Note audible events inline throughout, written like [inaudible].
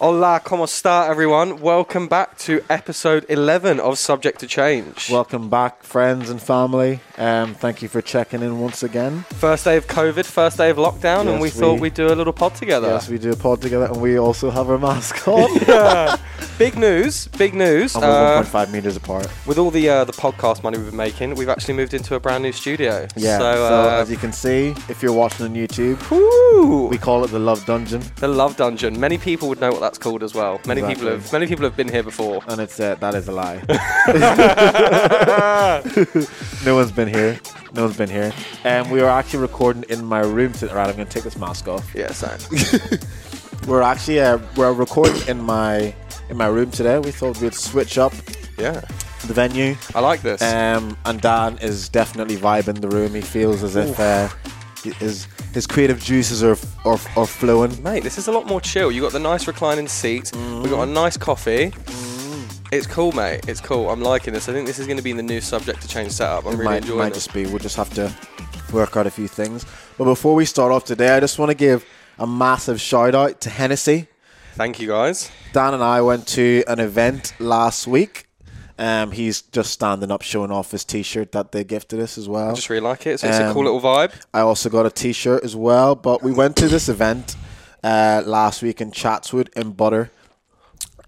Hola, como esta, everyone? Welcome back to episode 11 of Subject to Change. Welcome back, friends and family. Um, thank you for checking in once again. first day of COVID, first day of lockdown, and Yes, we, we- thought we'd do a little pod together. Yes, we do a pod together, and we also have our [laughs] mask on. and big news, big news. we're Uh, 1.5 meters apart. with all the uh, the podcast money we've been making, we've actually moved into a brand new studio. Yeah. So, So, uh, as you can see, if you're watching on YouTube, woo! we call it the Love Dungeon, the Love Dungeon. Many people would know what that's called as well. Many people Exactly. have many people have been here before. and it's uh, that is a [laughs] lie. [laughs] no one's been here. No one's been here. And we are actually recording in my room. To, right, I'm going to take this mask off. Yeah, [laughs] so We're actually uh, we're recording in my in my room today. We thought we'd switch up yeah, the venue. I like this. Um, and Dan is definitely vibing the room. He feels as if uh, his his creative juices are are, are flowing. Mate, this is a lot more chill. You got the nice reclining seats. We got a nice coffee. It's cool, mate. It's cool. I'm liking this. I think this is going to be the new subject to change setup. I'm It really might, enjoying might it. just be. We'll just have to work out a few things. But before we start off today, I just want to give a massive shout out to Hennessy. Thank you, guys. Dan and I went to an event last week. Um, he's just standing up, showing off his T-shirt that they gifted us as well. I just really like it. So it's a Um, cool little vibe. I also got a T-shirt as well. But we went to this event uh, last week in Chatswood in Butter.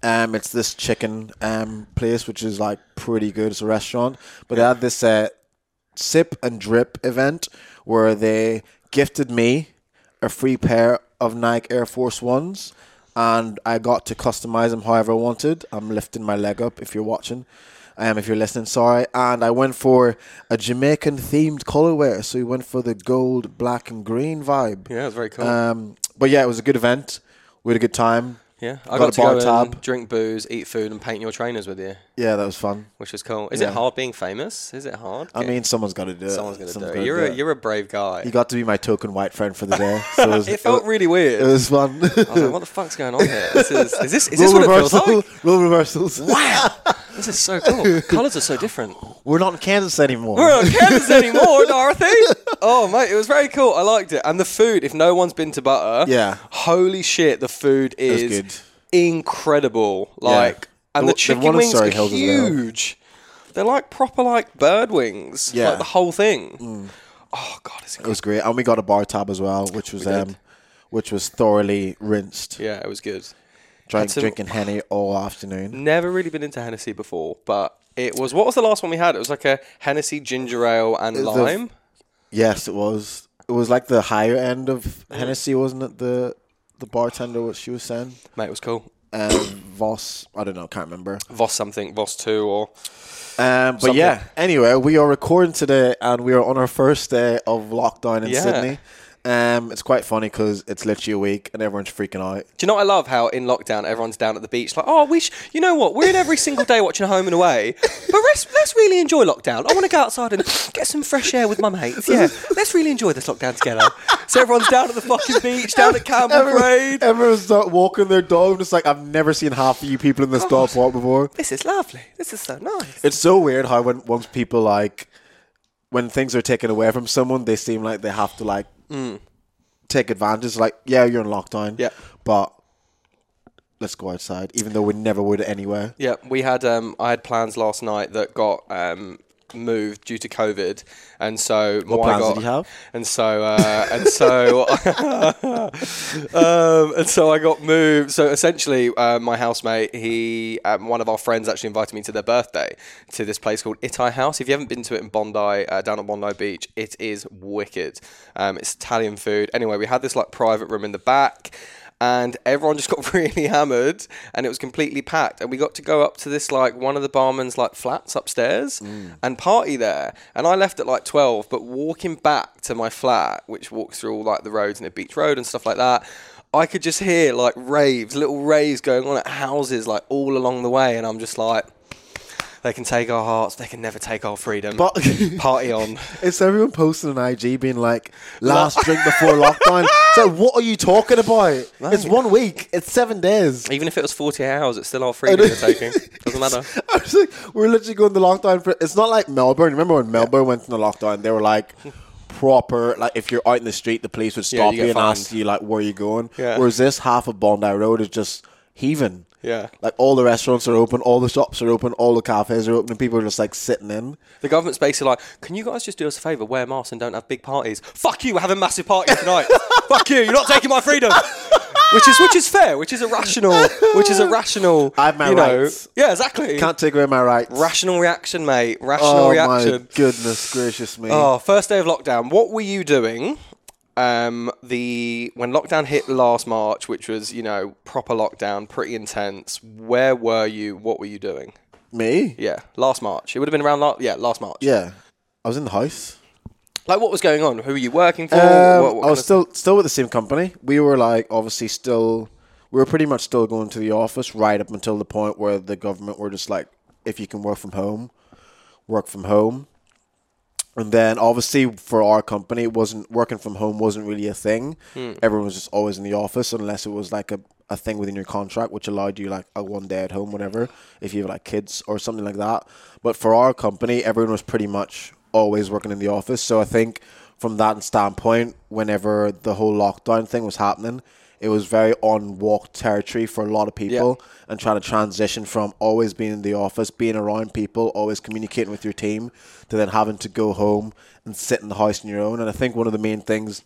Um, it's this chicken um place which is like pretty good. It's a restaurant, but they had this uh, sip and drip event where they gifted me a free pair of Nike Air Force Ones, and I got to customize them however I wanted. I'm lifting my leg up if you're watching. Um, if you're listening, sorry. And I went for a Jamaican themed colorway. So we went for the gold, black, and green vibe. Yeah, it's very cool. Um, but yeah, it was a good event. We had a good time. yeah, I got got, a to bar go and tab. drink booze, eat food, and paint your trainers with you, Yeah, that was fun. which is cool. Is Yeah. it hard being famous? Is it hard? I mean, someone's got to do it. someone's going to do Someone's it. gotta You're a, you're a brave guy. You got to be my token white [laughs] friend for the day. So it, was, it felt really weird. it was [laughs] fun. I was like, what the fuck's going on here? This is, is this, is this Rule what it feels reversal. like? Rule reversals. Wow, this is so cool. Colors are so different. We're not in Kansas anymore. We're not in Kansas anymore, Dorothy. [laughs] Oh mate, it was very cool. I liked it, and the food. If no one's been to Butter, Yeah. holy shit, the food was is good. incredible. Like, and the, The- the chicken one in wings Surrey are Hills as well. huge. They're like proper like bird wings. Yeah. Mm. like the whole thing. Oh god, it's It incredible. was great, and we got a bar tab as well, which was um, which was thoroughly rinsed. yeah, it was good. Drank Had Mm. some- drinking henny all afternoon. Never really been into Hennessy before, but it was. What was the last one we had? It was like a Hennessy ginger ale and the- lime. Yes, it was. It was like the higher end of Hennessy, wasn't it? The the bartender, what she was saying, Mate, it was cool. um, Voss. I don't know, can't remember. Voss something, Voss two, or Um, but yeah, anyway, we are recording today and we are on our first day of lockdown in Yeah. Sydney. Um, it's quite funny because it's literally a week and everyone's freaking out. Do you know what I love? How in lockdown everyone's down at the beach, like, oh, we, sh- you know what? We're in every single day watching Home and Away, but let's, let's really enjoy lockdown. I want to go outside and get some fresh air with my mates. Yeah, let's really enjoy this lockdown together. So everyone's down at the fucking beach, down at Campbell Parade. Everyone's not walking their dog. It's like I've never seen half of you people in Oh. this dog park before. This is lovely. This is so nice. It's so weird how when once people like when things are taken away from someone, they seem like they have to like take advantage. Like, yeah, you're in lockdown. Mm. Yeah. but let's go outside, even though we never would anywhere. Yeah, we had um, I had plans last night that got um, moved due to COVID, and so what plans did you have? And so uh, and so [laughs] um, and so I got moved. So essentially, uh, my housemate, he um, one of our friends actually invited me to their birthday to this place called Itai House. If you haven't been to it in Bondi, uh, down at Bondi Beach, it is wicked. Um, it's Italian food. Anyway, we had this like private room in the back and everyone just [laughs] got really hammered and it was completely packed and we got to go up to this like one of the barman's like flats upstairs and party there and i left at like 12 but walking back to my flat which walks through all like the roads and a beach road and stuff like that i could just hear like raves little raves going on at houses like all along the way and i'm just like they can take our hearts they can never take our freedom But- [laughs] party on It's everyone posting on IG [laughs] being like, last drink before lockdown. It's like, what are you talking about? It's one week. It's seven [laughs] days. even if it was 48 hours it's still our freedom they're taking doesn't [laughs] matter I was like, we're literally going to lockdown for. It's not like Melbourne. Remember when Melbourne went into lockdown? They were like proper. Like if you're out in the street, the police would Yeah, stop you you, get and fined. ask you like, where are you going? Yeah. Whereas this half of Bondi Road is just heaving. Yeah. Like all the restaurants are open, all the shops are open, all the cafes are open, and people are just like sitting in. The government's basically like, can you guys just do us a favour, wear masks and don't have big parties? Fuck you, we're having massive parties [laughs] tonight. Fuck you, you're not taking my freedom. Which is which is fair, which is a rational, which is a rational. I have my you know- rights. Yeah, exactly. Can't take away my rights. rational reaction, mate. Rational oh reaction. my goodness gracious me! Oh, first day of lockdown. What were you doing? Um, the when lockdown hit last March, which was you know proper lockdown, pretty intense. Where were you? What were you doing? Me? Yeah, last March. It would have been around last yeah last March. Yeah, I was in the house. Like what was going on? Who were you working for? Um, What- what I kind was of- still still with the same company. We were like obviously still we were pretty much still going to the office right up until the point where the government were just like, if you can work from home, work from home. And then obviously for our company, it wasn't working from home wasn't really a thing. Everyone was just always in the office unless it was like a, a thing within your contract which allowed you like a one day at home, whatever, if you have like kids or something like that. But for our company, everyone was pretty much always working in the office. So I think from that standpoint, whenever the whole lockdown thing was happening, it was very unwalked territory for a lot of people and trying to transition from always being in the office, being around people, always communicating with your team, to then having to go home and sit in the house on your own. And I think one of the main things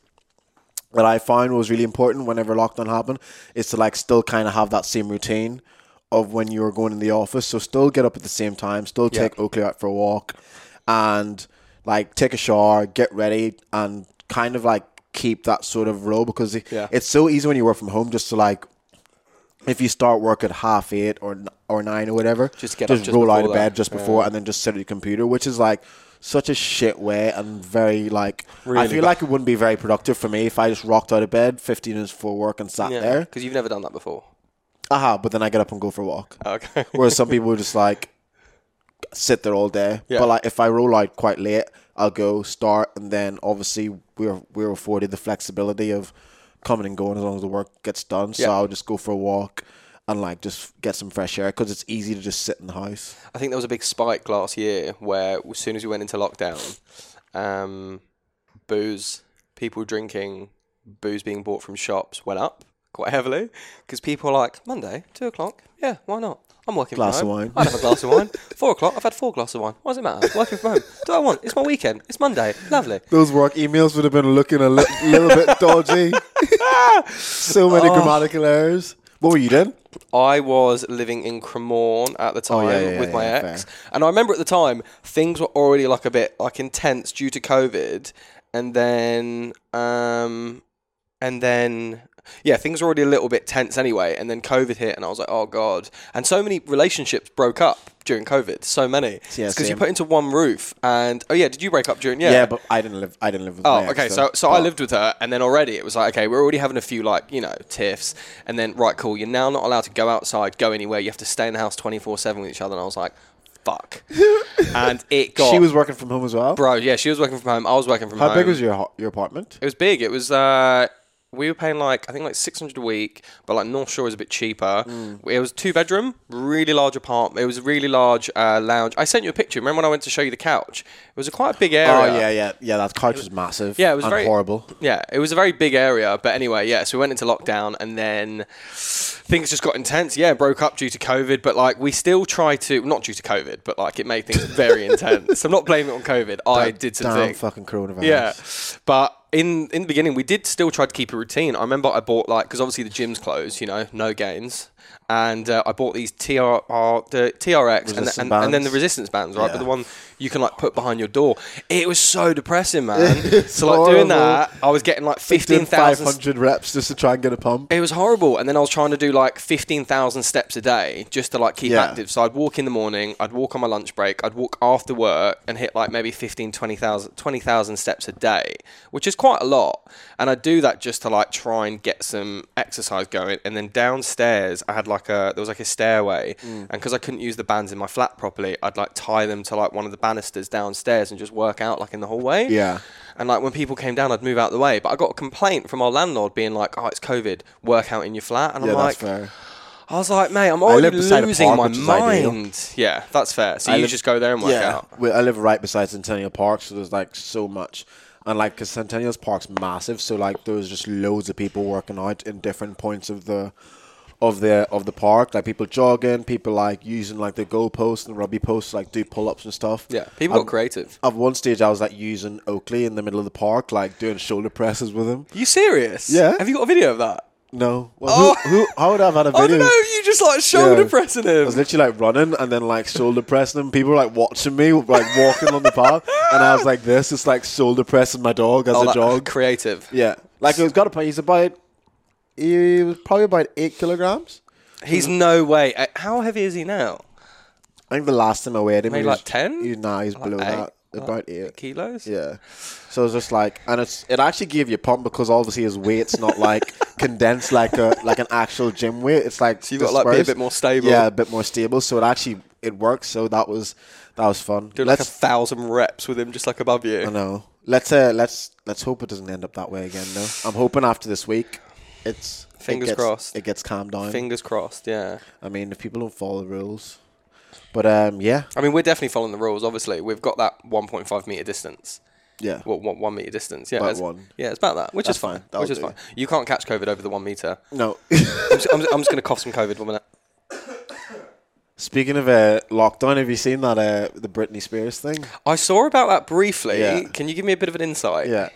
that I found was really important whenever lockdown happened is to like still kind of have that same routine of when you were going in the office. So still get up at the same time, still Yeah. take Oakley out for a walk, and like take a shower, get ready, and kind of like keep that sort of role because it- Yeah. it's so easy when you work from home just to like. If you start work at half eight or n- or nine or whatever, Just get up just just roll out before of bed that. just before and then just sit at your computer, which is like such a shit way and very like I Really feel bad. like it wouldn't be very productive for me if I just rocked out of bed 15 minutes before work and sat yeah, there. because you've never done that before. Oh, Aha, but then I get up and go for a walk. Okay. [laughs] Whereas some people just like sit there all day. Yeah. But like if I roll out quite late, I'll go start and then obviously we're we're afforded the flexibility of coming and going as long as the work gets done. So Yeah. I'll just go for a walk and like just get some fresh air because it's easy to just sit in the house. I think there was a big spike last year where as soon as we went into lockdown, um, booze, people drinking, booze being bought from shops went up quite heavily because people are like Monday, two o'clock, yeah, why not? I'm working Glass of from home. wine. I'd have a glass of wine. Four o'clock, I've had four glasses of wine. What does it matter? Working from home. Do I want? It's my weekend. It's Monday. Lovely. Those work emails would have been looking a li- little bit dodgy. [laughs] so many grammatical errors. What were you doing? I was living in Cremorne at the time Oh, yeah, yeah, with my yeah, ex, and I remember at the time things were already like a bit like intense due to COVID, and then um, and then yeah, things were already a little bit tense anyway, and then COVID hit, and I was like, oh god, and so many relationships broke up during COVID, so many, Yeah, because you same. put into one roof, and oh yeah, did you break up during yeah? Yeah. but I didn't live. I didn't live with. Oh, my ex, okay. though. So, so I But lived with her, and then already it was like, okay, we're already having a few like you know tiffs, and then right, cool. You're now not allowed to go outside, go anywhere. You have to stay in the house twenty four seven with each other. And I was like, [laughs] fuck. and it got She was working from home as well. bro. Yeah, she was working from home. I was working from How home. big was your ho- your apartment? It was big. It was. uh we were paying like I think like six hundred a week, but like North Shore is a bit cheaper. Mm. It was two bedroom, really large apartment. It was a really large uh, lounge. I sent you a picture. Remember when I went to show you the couch? It was a quite a big area. Oh yeah, yeah, yeah. That couch was massive. Yeah, it was and very horrible. Yeah, it was a very big area, but anyway, yeah. So we went into lockdown, and then things just got intense. Yeah, broke up due to COVID, but like we still try to not due to COVID, but like it made things [laughs] very intense. I'm not blaming it on COVID. I did Damn something. fucking coronavirus. Yeah, but in in the beginning, we did still try to keep a routine. I remember I bought like because obviously the gym's closed, you know, no games, and uh, I bought these TR the TRX and, Resistance the, and, and then bands. the resistance bands, right? But Yeah. the one you can like put behind your door. It was so depressing, [laughs] man. so like horrible. doing that, I was getting like fifteen thousand. reps just to try and get a pump. It was horrible, and then I was trying to do like fifteen thousand steps a day just to like keep Yeah. active. So I'd walk in the morning, I'd walk on my lunch break, I'd walk after work, and hit like maybe 15, 20,000 20,000 steps a day, which is quite a lot. And I do that just to like try and get some exercise going. And then downstairs, I had like a there was like a stairway, and because I couldn't use the bands in my flat properly, I'd like tie them to like one of the banisters downstairs and just work out like in the hallway. Yeah. And like when people came down, I'd move out the way. But I got a complaint from our landlord being like, "Oh, it's COVID. Work out in your flat." And Yeah, I'm like, that's fair. I was like, "Mate, I'm live already beside a losing park, my which is ideal. mind." Yeah, that's fair. So I you live- just go there and work yeah, out. we- I live right beside Centennial Park, so there's like so much, and like 'cause Centennial's Park's massive, so like there was just loads of people working out in different points of the of the of the park. Like people jogging, people like using like the goal posts and rugby posts, like do pull ups and stuff. Yeah, people I've- got creative. At one stage, I was like using Oakley in the middle of the park, like doing shoulder presses with him. you serious? Yeah. Have you got a video of that? No, well, [laughs] Oh. who, who? How would I have had a I video? don't know. You just like shoulder Yeah. pressing I him. was literally like running and then like shoulder pressing him. People were like watching me, like walking on the path, and I was like this, just like shoulder pressing my dog as Oh, a that- dog. Creative. Yeah, like it was got a point. He's about he was probably about eight kilograms. He's no way. uh, How heavy is he now? I think the last time I weighed him, Maybe he was- like 10? He, nah, he's below eight? that, about eight. Kilos. Yeah, so it's just like, and it's it actually gave you a pump because obviously his weight's [laughs] not like condensed like a like an actual gym weight. It's like So you've got to, like, be a dispersed. bit more stable. Yeah, a bit more stable. So it actually it works. So that was that was fun. Doing like a let's thousand reps with him just like above you. I know. Let's uh let's let's hope it doesn't end up that way again. Though I'm hoping after this week, it's it Fingers gets- crossed. It gets calmed down. Fingers crossed. Yeah. I mean, if people don't follow the rules, but um, yeah, I mean, we're definitely following the rules. Obviously, we've got that 1.5 meter distance. yeah, Well, one, one meter distance. Yeah, About it's, one. Yeah, it's about that, which That's is fine. fine. That'll which is do. fine. You can't catch COVID over the one meter. no. [laughs] I'm just, I'm, just- I'm just going to cough some COVID one minute. Speaking of uh, lockdown, have you seen that uh, the Britney Spears thing? I saw about that briefly. Yeah. Can you give me a bit of an insight? Yeah.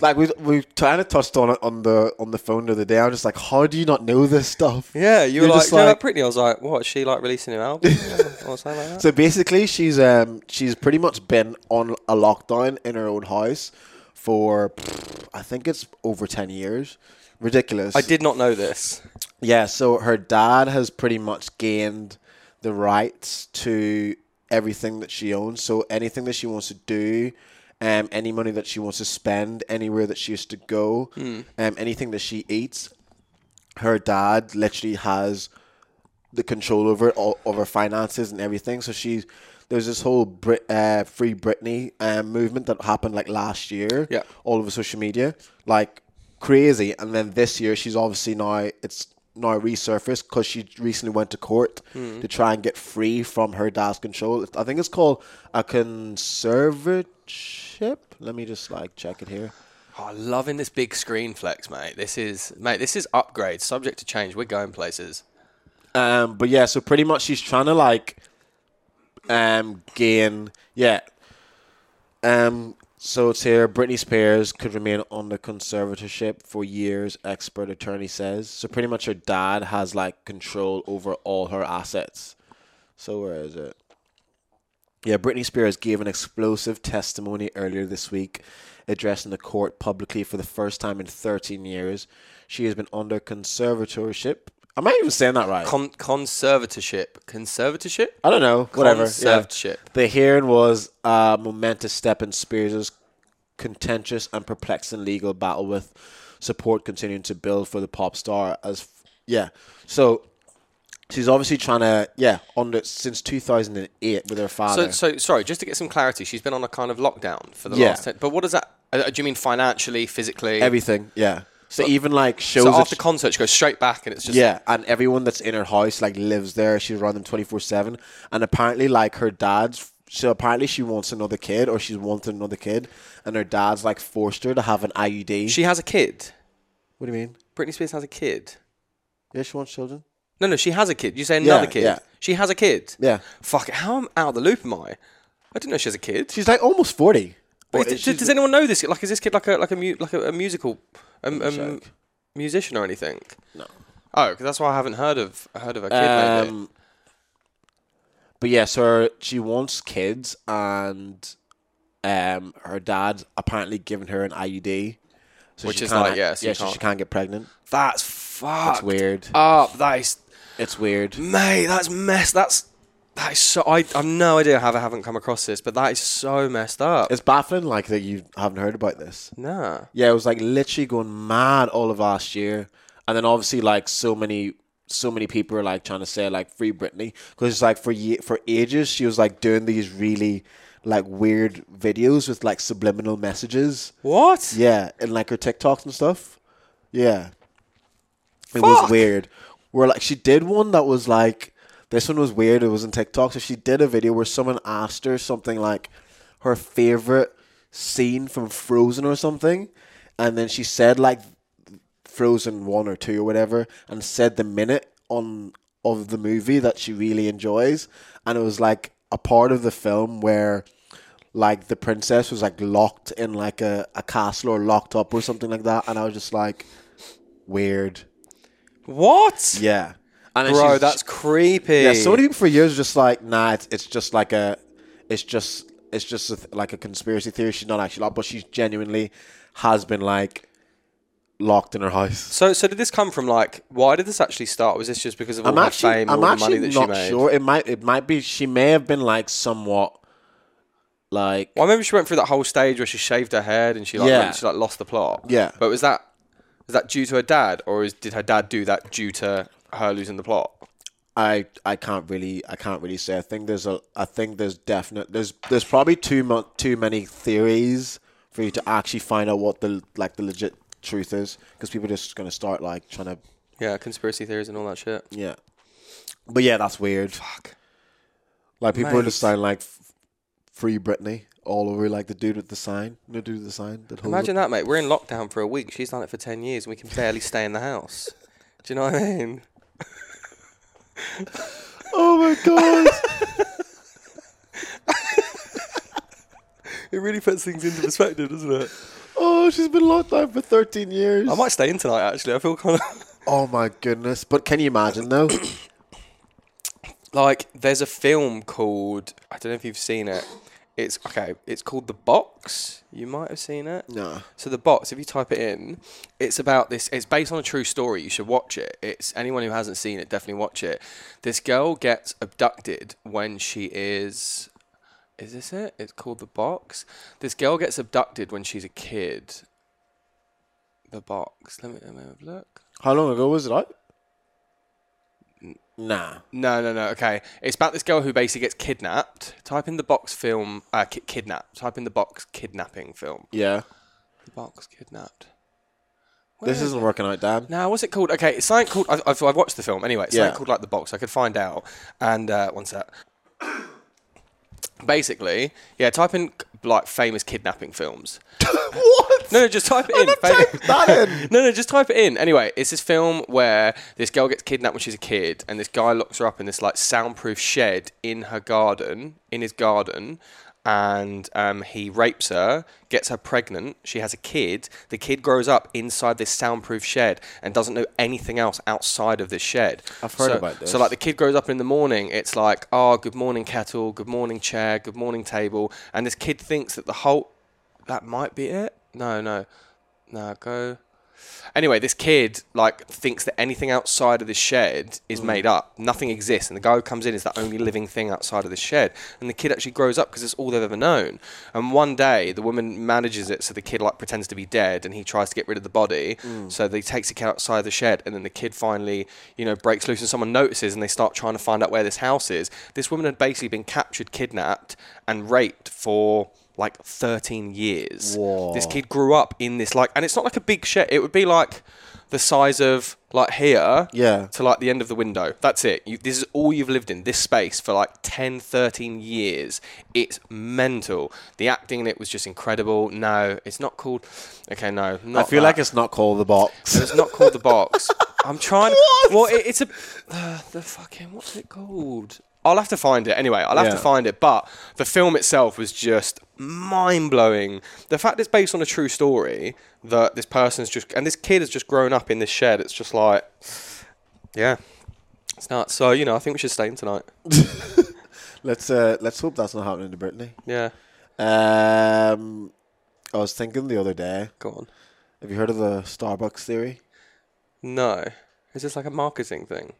Like we we kind of touched on it on the on the phone the other day. I was just like, how do you not know this stuff? Yeah, you were You're like, just "Do you know like- that Britney. I was like, what? Is she like releasing an album [laughs] or something like that? So basically, she's um she's pretty much been on a lockdown in her own house for pfft, I think it's over ten years. Ridiculous. I did not know this. Yeah, so her dad has pretty much gained the rights to everything that she owns. So anything that she wants to do, um, any money that she wants to spend, anywhere that she used to go, um, anything that she eats, her dad literally has the control over it, all, of her finances and everything. So she's there's this whole Brit, uh, free Britney um, movement that happened like last year. Yeah. all over social media, like crazy. And then this year, she's obviously now it's now resurfaced because she recently went to court to try and get free from her dad's control. I think it's called a conservatorship. Let me just like check it here. Oh, loving this big screen flex, mate. This is, mate, this is upgrade, subject to change. We're going places. Um, but yeah, so pretty much she's trying to like um gain yeah. Um so it's here Britney Spears could remain under conservatorship for years, expert attorney says. So pretty much her dad has like control over all her assets. So where is it? Yeah, Britney Spears gave an explosive testimony earlier this week, addressing the court publicly for the first time in 13 years. She has been under conservatorship. Am I even saying that right? Con- conservatorship. Conservatorship? I don't know. Whatever. Yeah. Conservatorship. The hearing was a momentous step in Spears' contentious and perplexing legal battle with support continuing to build for the pop star. As yeah, so she's obviously trying to yeah on the, since two thousand and eight with her So, father. so sorry, just to get some clarity, she's been on a kind of lockdown for the Yeah. last. Ten, but what does that? Uh, do you mean financially, physically? everything, yeah. So even like shows so that after she- concert, she goes straight back, and it's just yeah, and everyone that's in her house like lives there. She's around them twenty four seven, and apparently like her dad's. So apparently she wants another kid, or she's wanted another kid, and her dad's like forced her to have an IUD. she has a kid. what do you mean? Britney Spears has a kid. Yeah, she wants children. No, no, she has a kid. You say another Yeah, kid. yeah. She has a kid. Yeah, Fuck it. How am out of the loop am I? I didn't know she has a kid. she's like almost forty. Wait, But d- d- she's- does anyone know this? kid? Like, is this kid like a like a mu- like a, a musical um, um, check. musician or anything? No. Oh, 'cause that's why I haven't heard of heard of her kid. maybe. Um, but yeah, so her- she wants kids, and um, her dad's apparently given her an IUD, so Which she is can't- like, yeah, so you yeah, so she can't- Uh, can't get pregnant. That's fucked It's weird. up. That is It's weird. Mate, that's mess. That's that is so. I I've no idea how I haven't come across this, but that is so messed up. It's baffling, like that you haven't heard about this. nah. Yeah, it was like literally going mad all of last year, and then obviously like so many, so many people are like trying to say like free Britney because it's like for ye- for ages she was like doing these really like weird videos with like subliminal messages. What? Yeah, and like her TikToks and stuff. Yeah, it was Fuck. weird. Where like she did one that was like this one was weird. It was in TikTok. So she did a video where someone asked her something like her favorite scene from Frozen or something, and then she said like Frozen one or two or whatever, and said the minute on of the movie that she really enjoys, and it was like a part of the film where like the princess was like locked in like a, a castle or locked up or something like that, and I was just like weird, What? yeah, and then Bro, she's- that's creepy. yeah, so many people for years were just like, nah, it's, it's just like a, it's just it's just a th- like a conspiracy theory. She's not actually locked, but she's genuinely has been like locked in her house. So, so did this come from like? Why did this actually start? Was this just because of all I'm the actually fame, I'm all the money actually that she not made? sure. It might it might be she may have been like somewhat like Well, I remember she went through that whole stage where she shaved her head and she like Yeah. went- she like lost the plot. Yeah. But was that was that due to her dad, or is, did her dad do that due to her losing the plot? I I can't really I can't really say. I think there's a I think there's definite there's there's probably too much too many theories for you to actually find out what the like the legit truth is because people are just gonna start like trying to Yeah, conspiracy theories and all that shit. Yeah. But yeah, that's weird. Fuck. Like people are just Mate. saying like f- free Britney all over like the dude with the sign. No dude with the sign that holds Imagine that, mate. We're in lockdown for a week. She's done it for ten years, and we can barely stay in the house. Do you know what I mean? it. Oh my god. [laughs] It really puts things into perspective, doesn't it? oh, she's been locked down for 13 years. I might stay in tonight. Actually, I feel kind of. [laughs] oh my goodness. But can you imagine though? like there's a film called I don't know if you've seen it. It's okay. It's called The Box. You might have seen it. no. So the box, if you type it in, it's about this. It's based on a true story. You should watch it. It's anyone who hasn't seen it, definitely watch it. This girl gets abducted when she is. Is this it? It's called the box. This girl gets abducted when she's a kid. The box. Let me, let me have a look. How long ago was it out? Nah. No, no, no. Okay, it's about this girl who basically gets kidnapped. Type in the box film. Uh, ki- kidnap. Type in the box kidnapping film. Yeah. The box kidnapped. This Where- isn't working out, Dan. Now, what's it called? Okay, it's something called. I've, I've, I've watched the film anyway. It's Yeah. something called like the box. I could find out. And uh, one sec. Basically, yeah. Type in like famous kidnapping films. [laughs] what? No, no, just type it in. Fam- That in. [laughs] no, no, just type it in. Anyway, it's this film where this girl gets kidnapped when she's a kid, and this guy locks her up in this like soundproof shed in her garden, in his garden, and um, he rapes her, gets her pregnant. She has a kid. The kid grows up inside this soundproof shed and doesn't know anything else outside of this shed. I've heard So- about this. So like the kid grows up in the morning. It's like, oh, good morning kettle, good morning chair, good morning table, and this kid thinks that the whole that might be it. No, no, no. Go. Anyway, this kid like thinks that anything outside of this shed is made up. Nothing exists, and the guy who comes in is the only living thing outside of this shed. And the kid actually grows up because it's all they've ever known. And one day, the woman manages it so the kid like pretends to be dead, and he tries to get rid of the body. So they takes the kid outside the shed, and then the kid finally, you know, breaks loose, and someone notices, and they start trying to find out where this house is. This woman had basically been captured, kidnapped, and raped for like 13 years. Whoa. This kid grew up in this like, and it's not like a big shed. It would be like the size of like here Yeah. to like the end of the window. That's it. You, this is all you've lived in this space for like 10, 13 years. It's mental. The acting in it was just incredible. No, it's not called. Okay, no, I not feel that. like it's not called the box. But it's not called the box. I'm trying. What? Well, it, it's a uh, the fucking what's it called? I'll have to find it anyway. I'll have to Yeah. find it. But the film itself was just mind blowing. The fact it's based on a true story that this person's just and this kid has just grown up in this shed. It's just like, yeah, it's nuts. So you know, I think we should stay in tonight. Let's uh, let's hope that's not happening to Brittany. Yeah, Um, I was thinking the other day. go on. Have you heard of the Starbucks theory? No, is this like a marketing thing?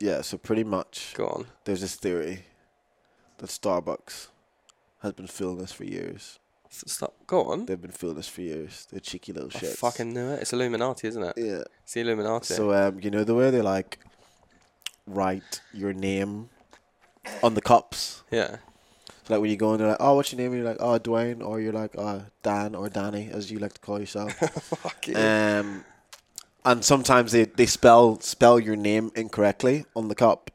Yeah. So pretty much, Go on. there's this theory that Starbucks has been fooling us for years. Stop. Go on. They've been fooling us for years. They're cheeky little I shits. fucking knew it. It's Illuminati, isn't it? yeah. It's the Illuminati. So um, you know the way they like write your name on the cups. yeah. So like when you go in, they're like, "Oh, what's your name?" And you're like, "Oh, Dwayne," or you're like, "Oh, Dan," or "Danny," as you like to call yourself. Fucking Um, and sometimes they, they spell spell your name incorrectly on the cup.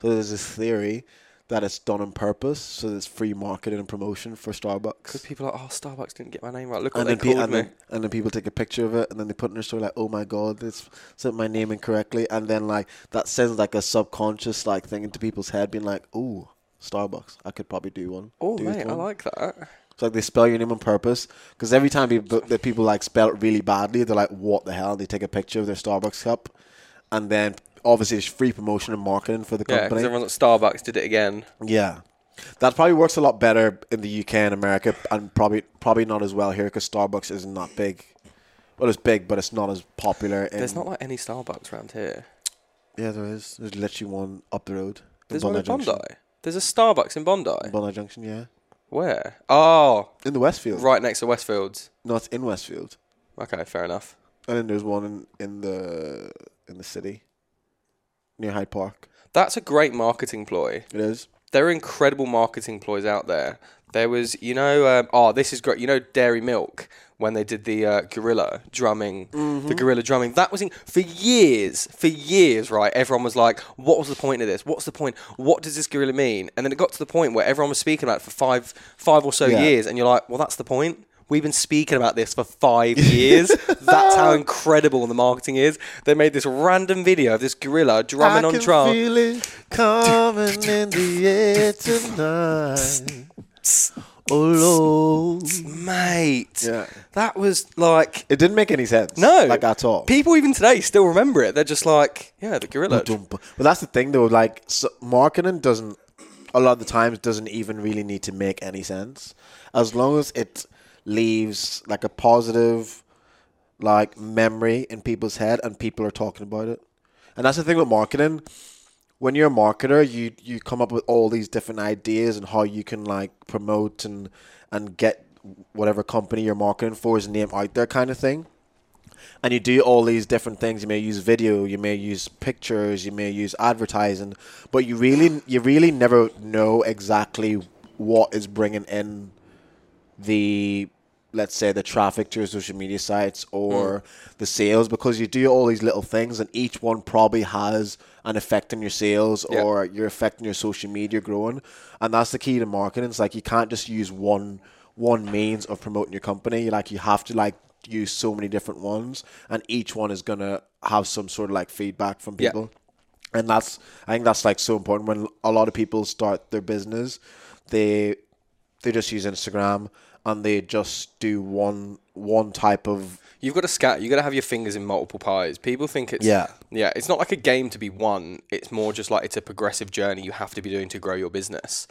So there's this theory that it's done on purpose. So there's free marketing and promotion for Starbucks. People are like, oh, Starbucks didn't get my name right. Look what And they then, pe- called and, me. then, and then people take a picture of it and then they put it in their story like, oh my god, this said my name incorrectly. And then like that sends like a subconscious like thing into people's head being like, oh, Starbucks, I could probably do one. oh, do mate, I one." like that. It's like they spell your name on purpose because every time people, that people like spell it really badly, they're like, "What the hell?" And they take a picture of their Starbucks cup, and then obviously it's free promotion and marketing for the Yeah, because company. Yeah, everyone's at Starbucks did it again. that probably works a lot better in the UK and America, and probably probably not as well here because Starbucks isn't that big. Well, it's big, but it's not as popular. In, There's not like any Starbucks around here. yeah, there is. There's literally one up the road. There's one in Bondi. Junction. There's a Starbucks in Bondi. Bondi Junction, yeah, Where? Oh, in the Westfield. right next to Westfields. No, it's in Westfield, Okay, fair enough. and then there's one in, in the in the city near Hyde Park. That's a great marketing ploy. It is. there are incredible marketing ploys out there. There was, you know, um, oh, this is great. You know, Dairy Milk when they did the uh, gorilla drumming, Mm-hmm. the gorilla drumming. That was in, for years, for years, right? Everyone was like, "What was the point of this? What's the point? What does this gorilla mean?" And then it got to the point where everyone was speaking about it for five, five or so Yeah. years, and you're like, "Well, that's the point." We've been speaking about this for five [laughs] years. That's how incredible the marketing is. They made this random video of this gorilla drumming on drums. feel it coming in the [laughs] air tonight. Oh Lord. mate. Yeah. That was like It didn't make any sense. no, like at all. People even today still remember it. They're just like, yeah, the gorilla. Don't bu- But that's the thing, though. Like so marketing doesn't a lot of the times doesn't even really need to make any sense as long as it leaves like a positive like memory in people's head and people are talking about it. And that's the thing with marketing. When you're a marketer, you you come up with all these different ideas and how you can like promote and and get whatever company you're marketing for is name out there kind of thing and you do all these different things. You may use video, you may use pictures, you may use advertising, but you really, you really never know exactly what is bringing in the, let's say, the traffic to your social media sites or Mm. the sales because you do all these little things, and each one probably has an effect on your sales Yeah. or you're affecting your social media growing, and that's the key to marketing. It's like you can't just use one one means of promoting your company. Like you have to like use so many different ones, and each one is gonna have some sort of like feedback from Yeah. people. And that's I think that's like so important when a lot of people start their business, they they just use Instagram and they just do one one type of You've got to scat. You've got to have your fingers in multiple pies. People think it's Yeah. yeah. It's not like a game to be won. It's more just like it's a progressive journey you have to be doing to grow your business.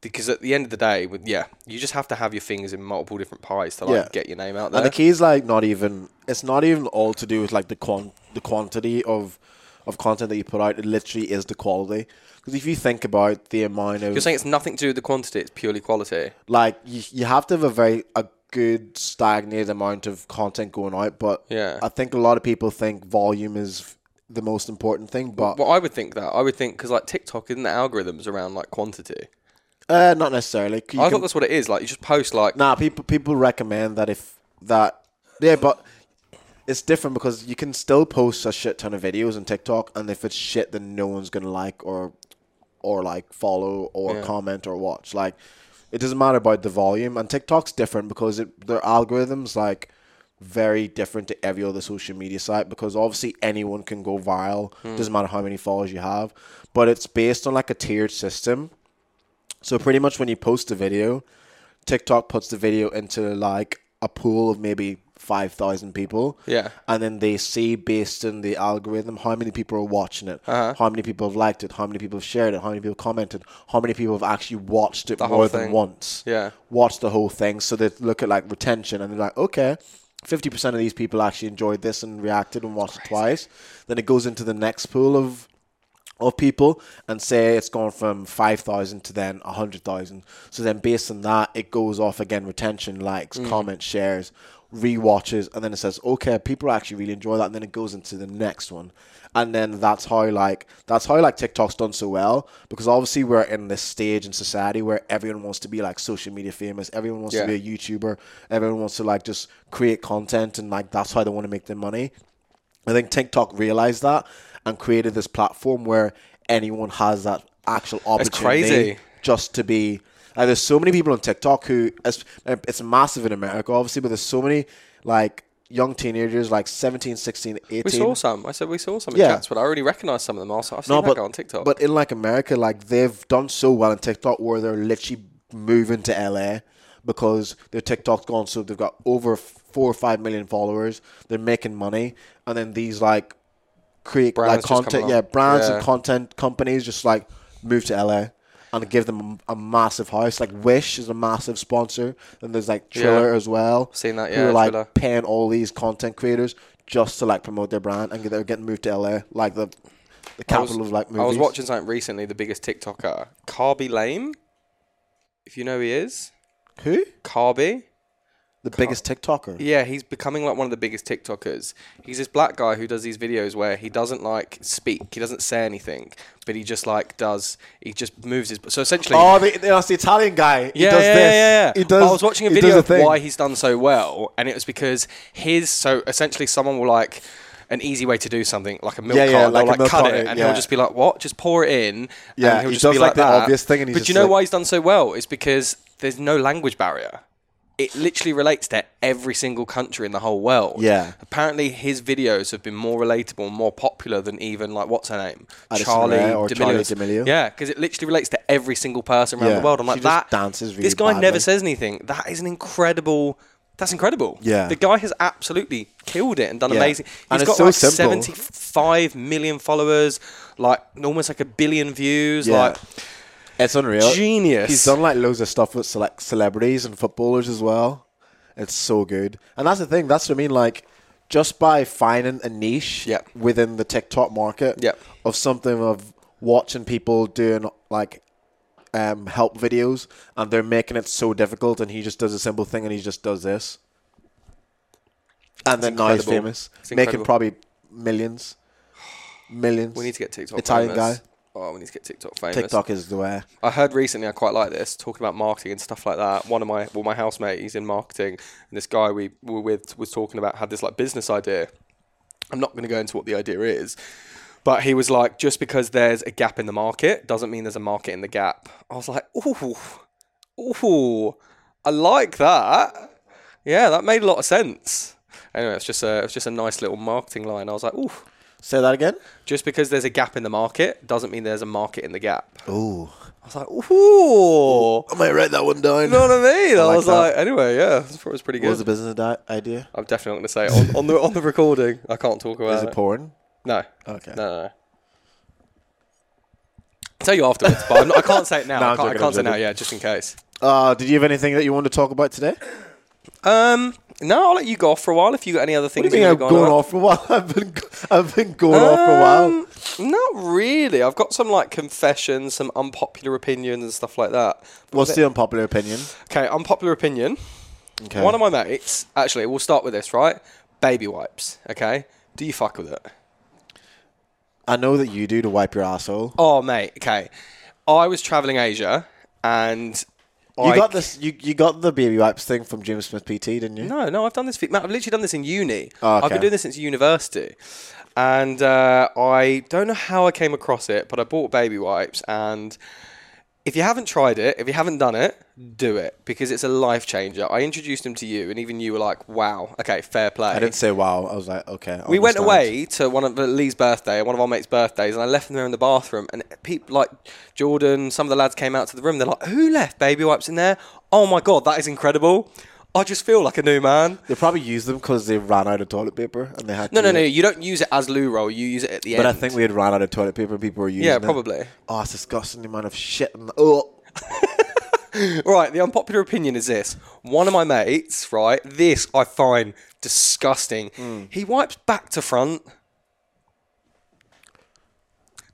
Because at the end of the day, with yeah, you just have to have your fingers in multiple different pies to like Yeah. get your name out And there. the key is like not even it's not even all to do with like the quan- the quantity of of content that you put out. It literally is the quality. Because if you think about the amount of You're saying it's nothing to do with the quantity; it's purely quality. like you, you have to have a very a good stagnated amount of content going out. But Yeah. I think a lot of people think volume is the most important thing, but Well, I would think that. I would think because like TikTok, isn't the algorithms around like quantity? uh, not necessarily. You I can- thought that's what it is. Like you just post like Nah, people people recommend that if that yeah, but it's different because you can still post a shit ton of videos on TikTok, and if it's shit, then no one's gonna like or or like follow or Yeah. comment or watch. Like it doesn't matter about the volume, and TikTok's different because it, their algorithms like very different to every other social media site because obviously anyone can go viral. Doesn't matter how many followers you have, but it's based on like a tiered system. So pretty much when you post a video, TikTok puts the video into like a pool of maybe 5,000 people. Yeah. And then they see based on the algorithm how many people are watching it, Uh-huh. how many people have liked it, how many people have shared it, how many people commented, how many people have actually watched it whole more than thing. once. Yeah. Watch the whole thing. So they look at like retention and they're like, okay. 50% of these people actually enjoyed this and reacted and watched it twice. Then it goes into the next pool of of people and say it's gone from 5,000 to then 100,000. So then based on that, it goes off again retention, likes, comments, shares, rewatches, and then it says, okay, people actually really enjoy that. And then it goes into the next one. And then that's how like that's how like TikTok's done so well because obviously we're in this stage in society where everyone wants to be like social media famous, everyone wants Yeah. to be a YouTuber, everyone wants to like just create content and like that's how they want to make their money. I think TikTok realized that and created this platform where anyone has that actual It's opportunity crazy. just to be like there's so many people on TikTok who it's, it's massive in America obviously but there's so many like young teenagers like 17 16 18 We saw some. I said we saw some in Yeah. chats, but I already recognised some of them. I was like, I've seen no, that but guy on TikTok. But in like America, like they've done so well in TikTok where they're literally moving to LA because their TikTok's gone so they've got over four or five million followers. They're making money, and then these like create Brands just like come content, along. yeah, brands Yeah. and content companies just like move to LA. And give them a, a massive house. Like Wish is a massive sponsor, and there's like Triller as well. Seen that, Who yeah, are like Triller. paying all these content creators just to like promote their brand, and they're getting moved to LA, like the the I was- capital of like movies. I was watching something recently. The biggest TikToker, Carby Lame, if you know who he is, who Carby. the biggest TikToker. Yeah, he's becoming like one of the biggest TikTokers. He's this black guy who does these videos where he doesn't like speak, he doesn't say anything, but he just like does. He just moves his. So essentially, Oh, the, that's the Italian guy. He yeah, does yeah, this. yeah, yeah. He does. I was watching a he does video the of thing. why he's done so well, and it was because his. So essentially, someone will like. An easy way to do something like a milk Yeah, yeah, carton, like a they'll like milk cut it, carton, and yeah. he'll just be like, "What? Just pour it in." Yeah, and he'll he just does, be like, like, the that. obvious thing and he's but do you just know like- why he's done so well? It's because there's no language barrier. It literally relates to every single country in the whole world. Yeah. Apparently, his videos have been more relatable, more popular than even like what's her name, Addison Charlie Rae or Charli D'Amelio. D'Amelio. Yeah, because it literally relates to every single person around Yeah, the world. I'm she like that. just dances really this guy never badly. says anything. That is an incredible. That's incredible. Yeah. The guy has absolutely killed it and done Yeah. amazing. He's And it's got so like simple. 75 million followers, like almost like a billion views. Yeah. Like It's unreal. Genius. He's done like loads of stuff with select celebrities and footballers as well. It's so good, and that's the thing. That's what I mean. Like, just by finding a niche Yep. within the TikTok market Yep. of something of watching people doing like um, help videos, and they're making it so difficult, and he just does a simple thing, and he just does this, and then now he's incredible. famous, It's making incredible. probably millions, millions. we need to get TikTok Italian famous. guy. Oh, we need to get TikTok famous. TikTok is the way. I heard recently, I quite like this, talking about marketing and stuff like that. One of my, well, my housemate, he's in marketing, and this guy we were with was talking about had this like business idea. I'm not going to go into what the idea is, but he was like, just because there's a gap in the market doesn't mean there's a market in the gap. I was like, ooh, ooh, I like that. Yeah, that made a lot of sense. Anyway, it's just a, it's just a nice little marketing line. I was like, ooh, Say that again. just because there's a gap in the market doesn't mean there's a market in the gap. Oh. I was like, ooh. I might write that one down. You know what I mean? I, like was that. like, anyway, yeah, I thought it was pretty What was the good. business di- idea? I'm definitely not going to say it on, on the on the recording. I can't talk Is about it it. porn? No, Okay. Uh, no, no. no. I'll tell you afterwards, but I'm not, I can't say it now. [laughs] No, I I'm can't, joking, I can't I'm say it now. joking. Yeah, just in case. Uh, did you have anything that you wanted to talk about today? Um, no, I'll let you go off for a while if you got any other What things. do you mean I've you've gone, on. off for a while? [laughs] I've been, I've been going off for a while. Um, Not really. I've got some like confessions, some unpopular opinions, and stuff like that. What's the unpopular opinion? Okay, unpopular opinion. Okay. One of my mates, actually, we'll start with this, right? Baby wipes, okay? Do you fuck with it? I know that you do to wipe your asshole. Oh, mate, okay. I was traveling Asia and. you got this. You, you got the baby wipes thing from James Smith PT, didn't you? No, no, I've done this. For, I've literally done this in uni. Oh, okay. I've been doing this since university. And uh, I don't know how I came across it, but I bought baby wipes. And if you haven't tried it, if you haven't done it, do it because it's a life changer. I introduced them to you, and even you were like, wow, okay, fair play. I didn't say wow. I was like, okay. I We went understand. away to one of Lee's birthday, one of our mates' birthdays, and I left them there in the bathroom. And people like Jordan, some of the lads came out to the room. They're like, "Who left baby wipes in there? Oh my god, that is incredible! I just feel like a new man." They probably used them because they ran out of toilet paper and they had. No, to no, no. You don't use it as loo roll. You use it at the But end. I think we had run out of toilet paper. and People were using yeah, it. probably. Oh, it's disgusting the amount of shit. And oh, Right. The unpopular opinion is this: one of my mates, right? This I find disgusting. Hmm. He wipes back to front.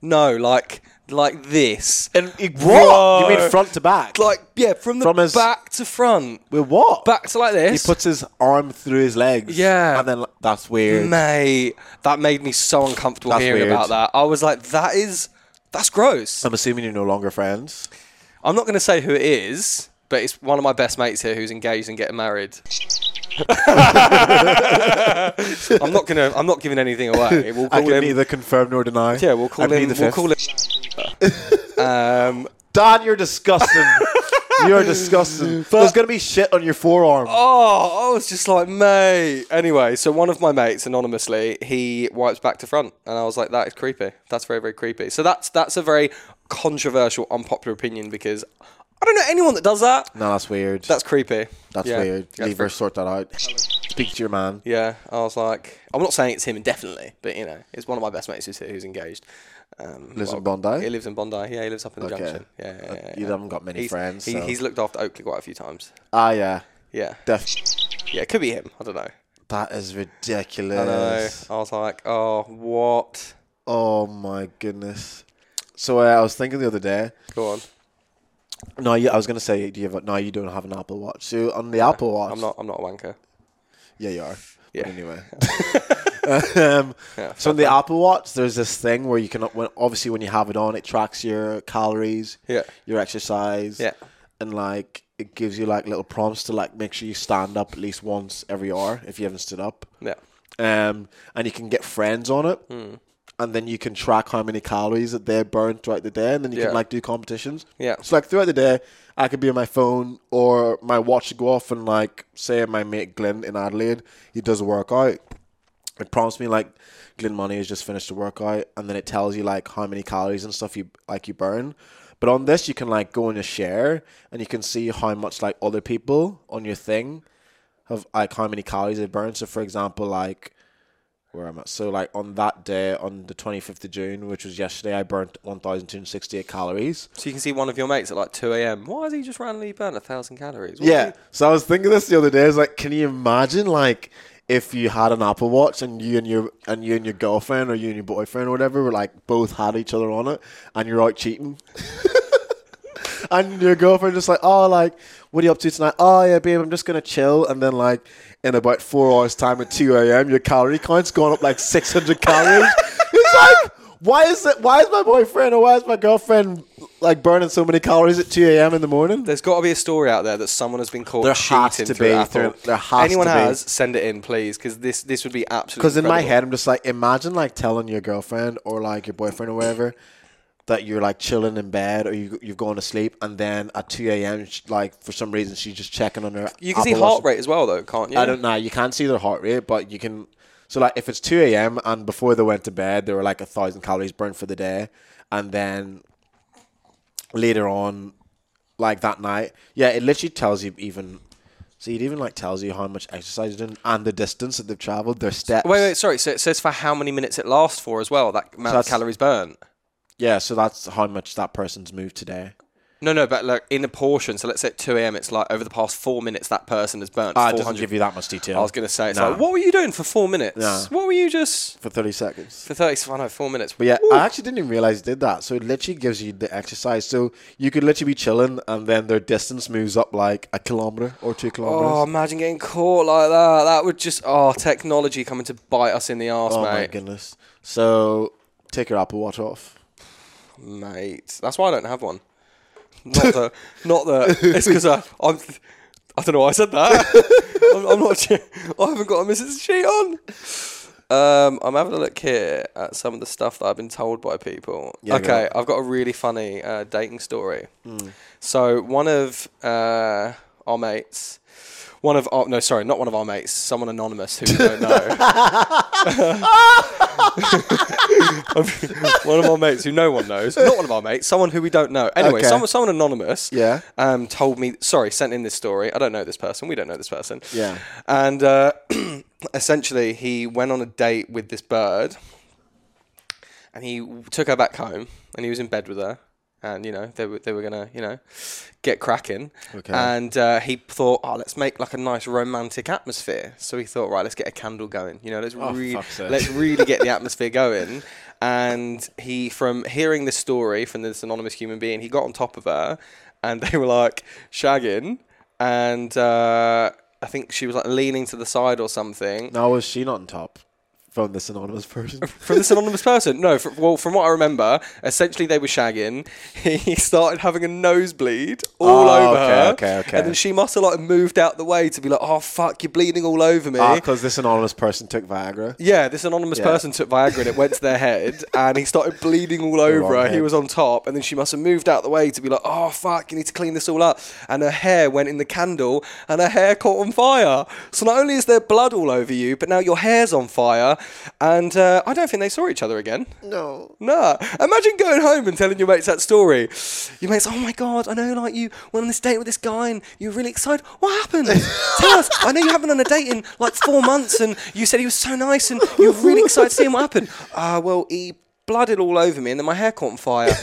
No, like like this. and Bro. You mean front to back? like yeah, from the From his- back to front, With what? back to like He this. puts his arm through his legs. Yeah. And then like, that's weird. Mate, that made me so uncomfortable That's hearing weird. Uh, about that. I was like, that is that's gross. I'm assuming you're no longer friends. I'm not going to say who it is, but it's one of my best mates here who's engaged and getting [laughs] married. I'm not gonna. I'm not giving anything away. We'll I call can him. neither confirm nor deny. Yeah, we'll call I plead him. the We'll fifth. call him. [laughs] Um, Dan, you're [laughs] disgusting. you're disgusting. There's gonna be shit on your forearm. oh, I was just like, mate. Anyway, so one of my mates anonymously, he wipes back to front, and I was like, that is creepy. That's very, very creepy. So that's that's a very controversial, unpopular opinion because I don't know anyone that does that. No, that's weird. That's creepy. That's Yeah. weird. That's Leave her sort that out. Speak to your man. Yeah, I was like, I'm not saying it's him indefinitely, but you know, it's one of my best mates who's, who's engaged. Um, Lives in He Bondi. lives in Bondi. Yeah, he lives up in the Okay. junction. Yeah, yeah, Uh, yeah, you yeah. haven't got many he's, friends, he- so- He's looked after Oakley quite a few times. Ah, yeah. Yeah, Def- yeah, it could be him. I don't know. that is I know. ridiculous. I was like, oh, what? Oh my goodness. So uh, I was thinking the other day. Go on. No, you, I was gonna say, do you have? A, no, you don't have an Apple Watch. So on the Apple Watch, I'm not. I'm not a wanker. Yeah, you are. Yeah. But anyway. [laughs] [laughs] um, Yeah, so on the Apple Watch, there's this thing where you can when, obviously when you have it on, it tracks your calories, Yeah. your exercise, Yeah. and like it gives you like little prompts to like make sure you stand up at least once every hour if you haven't stood up. Yeah. Um, and you can get friends on it, Hmm. and then you can track how many calories that they burn throughout the day, and then you Yeah. can like do competitions. Yeah. So like throughout the day, I could be on my phone or my watch would go off and like say my mate Glenn in Adelaide, he does a workout. It prompts me like Glenn Money has just finished a workout, and then it tells you like how many calories and stuff you like you burn. But on this, you can like go in a share and you can see how much like other people on your thing have like how many calories they burn. So for example, like where I'm at. So like on that day, on the 25th of June, which was yesterday, I burnt 1,268 calories. So you can see one of your mates at like 2 a.m. Why has he just randomly burnt a thousand calories? What Yeah. is So I was thinking this the other day. I was like, can you imagine like if you had an Apple Watch and you and your and you and your girlfriend or you and your boyfriend or whatever were like both had each other on it and you're out cheating. And your girlfriend just like, oh, like, what are you up to tonight? Oh, yeah, babe, I'm just gonna chill. And then like, in about four hours' time at two a.m., your calorie count's gone up like 600 calories. it's like, why is it? Why is my boyfriend or why is my girlfriend like burning so many calories at two a.m. in the morning? There's got to be a story out there that someone has been caught There cheating has to through be. Apple. There- there has Anyone to be. has, send it in, please, because this this would be absolutely. Because in my incredible. head, I'm just like, imagine like telling your girlfriend or like your boyfriend or whatever that you're like chilling in bed or you you've gone to sleep, and then at two a.m. sh- like for some reason she's just checking on her. you can see Apple Watch. heart rate as well, though, can't you? I don't know. You can't see their heart rate, but you can. So like, if it's two a.m. and before they went to bed, they were like a thousand calories burned for the day, and then later on, like that night, yeah, it literally tells you even. So it even like tells you how much exercise they're doing and the distance that they've traveled, their steps. Wait, wait, sorry. So it says for how many minutes it lasts for as well, that amount of that's- calories burnt. Yeah, so that's how much that person's moved today. No, no, but like in a portion. So let's say at 2 a.m., it's like over the past four minutes, that person has burnt Ah, it doesn't 400. give you that much detail. I was going to say, it's Nah. like, what were you doing for four minutes? Nah. What were you just for thirty seconds. for 30, I know, four minutes? But yeah, I actually didn't even realize it did that. So it literally gives you the exercise. So you could literally be chilling, and then their distance moves up like a kilometer or two Oh, kilometers. imagine getting caught like that. That would just, oh, technology coming to bite us in the arse, Oh, my mate. goodness! So take your Apple Watch off. Mate. That's why I don't have one. Not [laughs] that, not that. It's because I, I'm, I don't know why I said that. [laughs] I'm, I'm not, che- I haven't got a Mrs. Sheet on. Um, I'm having a look here at some of the stuff that I've been told by people. Yeah, go okay, on. Hmm. I've got a really funny uh, dating story. So one of uh, our mates, one of our, no, sorry, not one of our mates, someone anonymous who we don't know. [laughs] one of our mates who no one knows, not one of our mates, someone who we don't know. Anyway, Okay. someone, someone anonymous, Yeah. um, told me. Sorry, sent in this story. I don't know this person. We don't know this person. Yeah. and uh, [clears throat] essentially, he went on a date with this bird, and he w- took her back home, and he was in bed with her. And you know they were they were gonna you know get cracking, Okay. and uh, he thought, oh, let's make like a nice romantic atmosphere. So he thought, right, let's get a candle going. You know, let's really Oh, fuck's sake. let's really get the atmosphere going. And he, from hearing this story from this anonymous human being, he got on top of her, and they were like shagging, and uh, I think she was like leaning to the side or something. Now is she not on top? from this anonymous person. from this anonymous person. No, fr well, from what I remember, essentially they were shagging. He started having a nosebleed all Oh, over okay, her. okay, okay. And then she must have like moved out the way to be like, "Oh fuck, you're bleeding all over me." Because Ah, this anonymous person took Viagra. yeah, this anonymous Yeah. person took Viagra and it went to their head, and he started bleeding all over wrong her. He head. was on top, and then she must have moved out the way to be like, "Oh fuck, you need to clean this all up." And her hair went in the candle, and her hair caught on fire. So not only is there blood all over you, but now your hair's on fire. And uh, I don't think they saw each other again. No. Nah. Imagine going home and telling your mates that story. Your mates, oh my god, I know like you went on this date with this guy and you were really excited. What [laughs] happened? Tell us. I know you haven't on a date in like four months and you said he was so nice and you were really excited to see him. What happened? Uh, well, he blooded all over me and then my hair caught on [laughs] fire.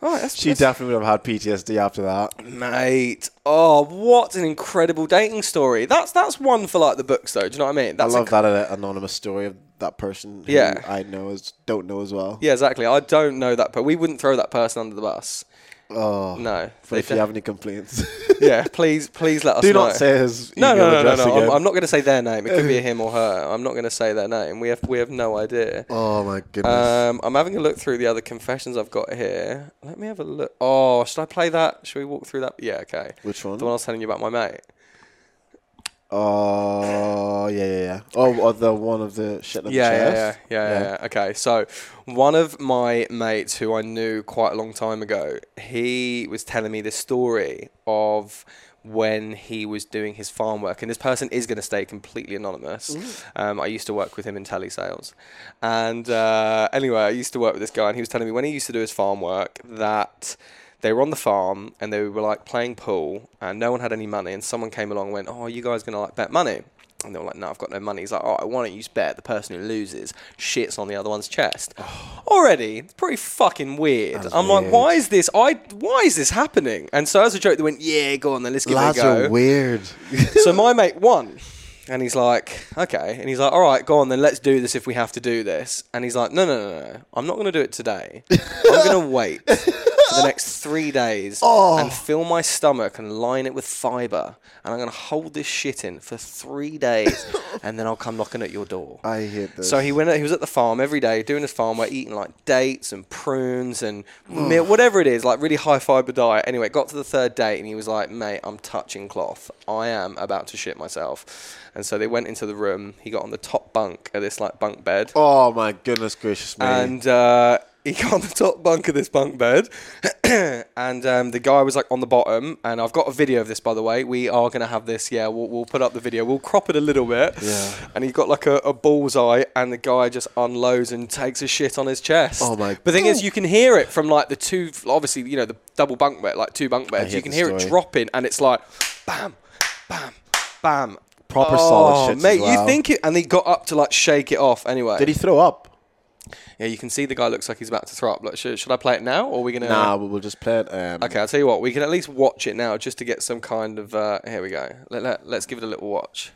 Right, that's, She definitely would have had PTSD after that. mate. Oh, what an incredible dating story. That's that's one for like the books though. Do you know what I mean? That's I a love that uh, anonymous story of that person who Yeah. I know as don't know as well. Yeah, exactly. I don't know that, but we wouldn't throw that person under the bus. Oh. No. But Mm, They if you def- have any [laughs] complaints, [laughs] yeah, please, please let us do know. not say his no, no, email no, no, address no. again. I'm, I'm not going to say their name. It could [laughs] be him or her. I'm not going to say their name. We have we have no idea. oh my goodness. Um, I'm having a look through the other confessions I've got here. Let me have a look. Oh, should I play that? Should we walk through that? Yeah, okay. Which one? The one I was telling you about my mate. Oh yeah, yeah, yeah. Oh, or the one of the shit on Yeah, the yeah, yeah, chest. yeah, yeah, yeah. Okay, so one of my mates who I knew quite a long time ago, he was telling me this story of when he was doing his farm work, and this person is going to stay completely anonymous. Um, I used to work with him in telesales, and uh, anyway, I used to work with this guy, and he was telling me when he used to do his farm work that they were on the farm and they were like playing pool and no one had any money and someone came along and went, Oh, are you guys gonna like bet money? And they were like, No, I've got no money. He's like, Alright, why don't you just bet the person who loses shits on the other one's [sighs] chest? Already, it's pretty fucking weird. That's I'm like, weird. why is this I why is this happening? And so as a joke they went, Yeah, go on then, let's give Lads it a go [laughs] are weird. so my mate won. And he's like, okay. And he's like, all right, go on then, let's do this if we have to do this. And he's like, no, no, no, no. I'm not going to do it today. I'm going to wait for the next three days and fill my stomach and line it with fiber. And I'm going to hold this shit in for three days and then I'll come knocking at your door. I hate this. So he went. He was at the farm every day doing his farm work, eating like dates and prunes and milk, whatever it is, like really high fiber diet. Anyway, it got to the third date and he was like, "Mate, I'm touching cloth. I am about to shit myself." And so they went into the room. He got on the top bunk of this like bunk bed, oh my goodness gracious me. and uh, he [laughs] got on the top bunk of this bunk bed, [clears throat] and um, the guy was like on the bottom. And I've got a video of this, by the way. We are gonna have this. Yeah, we'll, we'll put up the video. We'll crop it a little bit. Yeah. And he got like a, a bullseye, and the guy just unloads and takes a shit on his chest. Oh my- The thing is, you can hear it from like the two. Obviously, you know the double bunk bed, like two bunk beds. hate You can this hear it story. dropping, and it's like, bam, bam, bam. oh, Proper solid shits as mate. You well. think it? And he got up to like shake it off. Anyway, Did he throw up? yeah, you can see the guy looks like he's about to throw up. Like, should, should I play it now, or are we gonna? Nah, but we'll just play it. Um, Uh-huh. Okay, I'll tell you what. We can at least watch it now, just to get some kind of. Uh, here we go. Let, let, let's give it a little watch.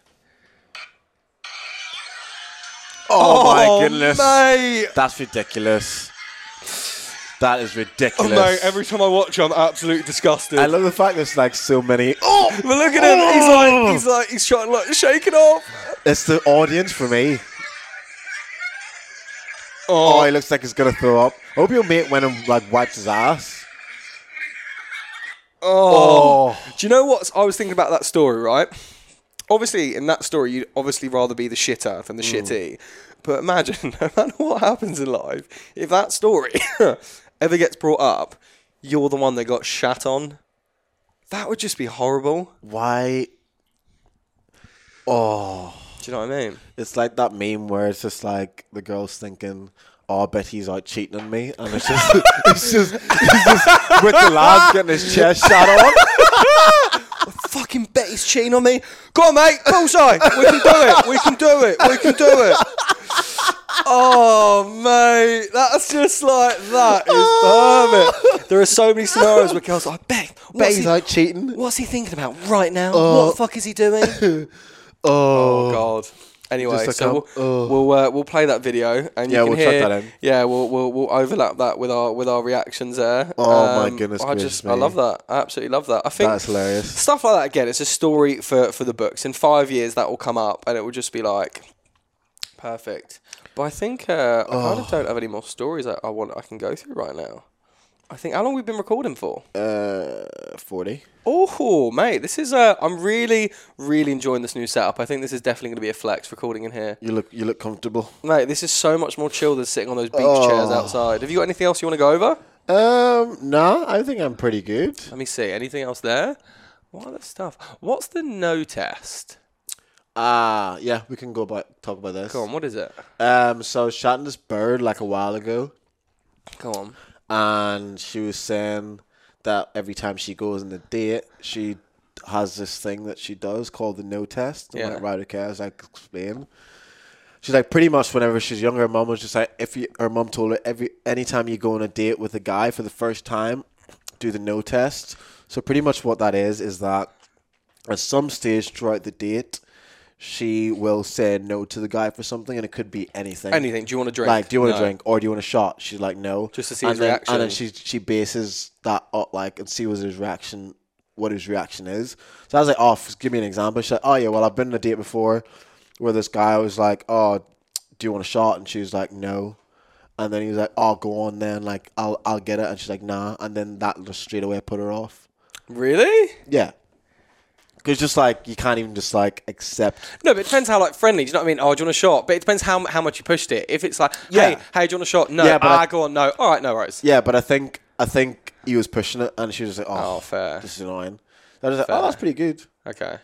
Oh, my goodness. mate! That's ridiculous. That is Oh, ridiculous. mate! Every time I watch, it, I'm absolutely disgusted. I love the fact there's like so many. oh, but look at him. He's like, Oh. he's like, he's trying to like shake it off. It's the audience for me. Oh, Oh, he looks like he's gonna throw up. I hope your mate went and like wiped his ass. Oh. Oh. Do you know what I was thinking about that story, right? Obviously, in that story, you'd obviously rather be the shitter than the shitty. But imagine, [laughs] no matter what happens in life, if that story [laughs] ever gets brought up, you're the one that got shat on. That would just be horrible. Why? Do you know what I mean? It's like that meme where it's just like the girl's thinking, "Oh, I bet he's out cheating on me," and it's just, [laughs] it's just, it's just with the lad getting his chest shot on. Fucking Betty's cheating on me. Go on, mate. Bullseye. We can do it. We can do it. We can do it. Oh, mate. That's just like, that is perfect. There are so many scenarios where girls are like, Bet, Bet Oh. what's he's he, out cheating. what's he thinking about right now? what the fuck is he doing? Uh, [laughs] Oh, oh, God. Anyway, Just like so a- we'll, we'll, uh, we'll play that video and you Yeah, can we'll chuck hear, that in. yeah we'll, we'll we'll overlap that with our with our reactions there. Um, Oh, my goodness I gracious just I me. love that. I absolutely love that. I think That's hilarious. Stuff like that again. It's a story for for the books. In five years, that will come up, and it will just be like, Perfect. But I think uh, I Oh. kind of don't have any more stories I, I want I can go through right now. I think how long we've been recording for? Uh, forty. Oh, mate, this is uh, I'm really, really enjoying this new setup. I think this is definitely going to be a flex recording in here, You look you look comfortable. mate. This is so much more chill than sitting on those beach Oh. chairs outside. Have you got anything else you want to go over? Um, no, I think I'm pretty good. Let me see. Anything else there? What other stuff? What's the no test? Ah, yeah, we can go about talk about this. Come on, what is it? Um, so I was chatting to this bird like a while ago, Come on. and she was saying that every time she goes on a date, she has this thing that she does called the no test. And Yeah. when it right okay, as I explained. She's like pretty much whenever she's younger, her mom was just like if you her mom told her every anytime you go on a date with a guy for the first time, do the no test. So pretty much what that is is that at some stage throughout the date, she will say no to the guy for something and it could be anything. Anything? Do you want to drink? Like, do you want No. a drink or do you want a shot? She's like, no. Just to see and his then, reaction. And then she she bases that up, like, and see what his reaction, what his reaction is. So I was like, oh, f- give me an example. She's like, oh yeah, well I've been on a date before, where this guy was like, oh, do you want a shot? And she was like, no. And then he was like, oh, go on then, like I'll I'll get it. And she's like, nah. And then that just straight away put her off. Really? Yeah. Cause just like you can't even just like accept No, but it depends how like friendly. Do you know what I mean? Oh, do you want a shot? But it depends how how much you pushed it. If it's like, hey, Yeah. hey, do you want a shot? No. Yeah, but ah, I- go on. No. All right, no worries. Yeah, but I think I think he was pushing it, and she was just like, "Oh, Oh, fair. this is annoying." So I was like, "Oh, that's pretty good." Okay.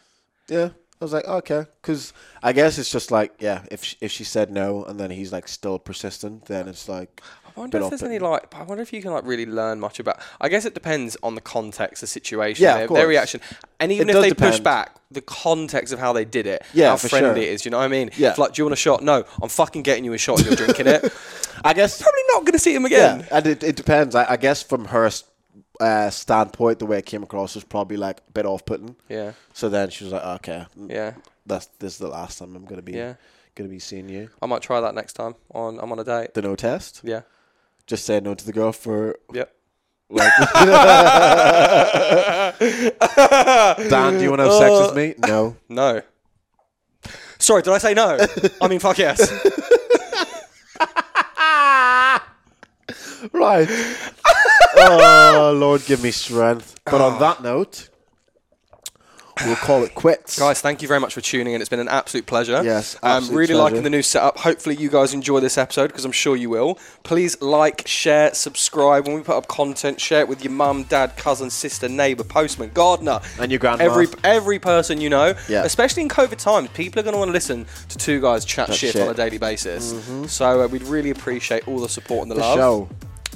Yeah, I was like, "Okay," because I guess it's just like, yeah, if she, if she said no, and then he's like still persistent, then it's like, I wonder Bit if there's off, any but- like. I wonder if you can like really learn much about. I guess it depends on the context, the situation, Yeah, of their, their course. reaction, and even It if does they push depend. back, the context of how they did it, Yeah, how for friendly sure. it is. Do you know what I mean? Yeah. If, like, do you want a shot? No, I'm fucking getting you a shot. and You're drinking [laughs] it. I guess, Probably not going to see him again. yeah, and it, it depends. I, I guess from her s- uh, standpoint, the way it came across was probably like a bit off putting. Yeah. So then she was like, "Okay, mm, Yeah. that's this is the last time I'm gonna be Yeah. gonna be seeing you." I might try that next time. On I'm on a [laughs] date. The no test, Yeah. just say no to the girl for Yep. Like, Dan, do you want to [laughs] have Uh, sex with me? No. No. Sorry, did I say [laughs] no? I mean, fuck yes. Right. oh, Lord, give me strength. But on that note, we'll call it quits. Guys, thank you very much for tuning in. It's been an absolute pleasure. Yes, I'm absolute really pleasure. liking the new setup. Hopefully, you guys enjoy this episode because I'm sure you will. Please like, share, subscribe. When we put up content, share it with your mum, dad, cousin, sister, neighbour, postman, gardener, And your grandma. Every every person you know. Yeah. Especially in COVID times, people are going to want to listen to two guys chat shit, shit. Mm-hmm. on a daily basis. So uh, we'd really appreciate all the support and the, The love. show.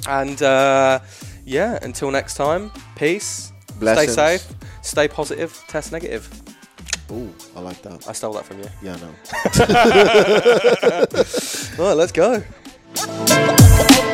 And uh, yeah, until next time, peace. Blessings. Stay safe. Stay positive. Test negative. Ooh, I like that. I stole that from you. Yeah, no. All right, let's go. Thank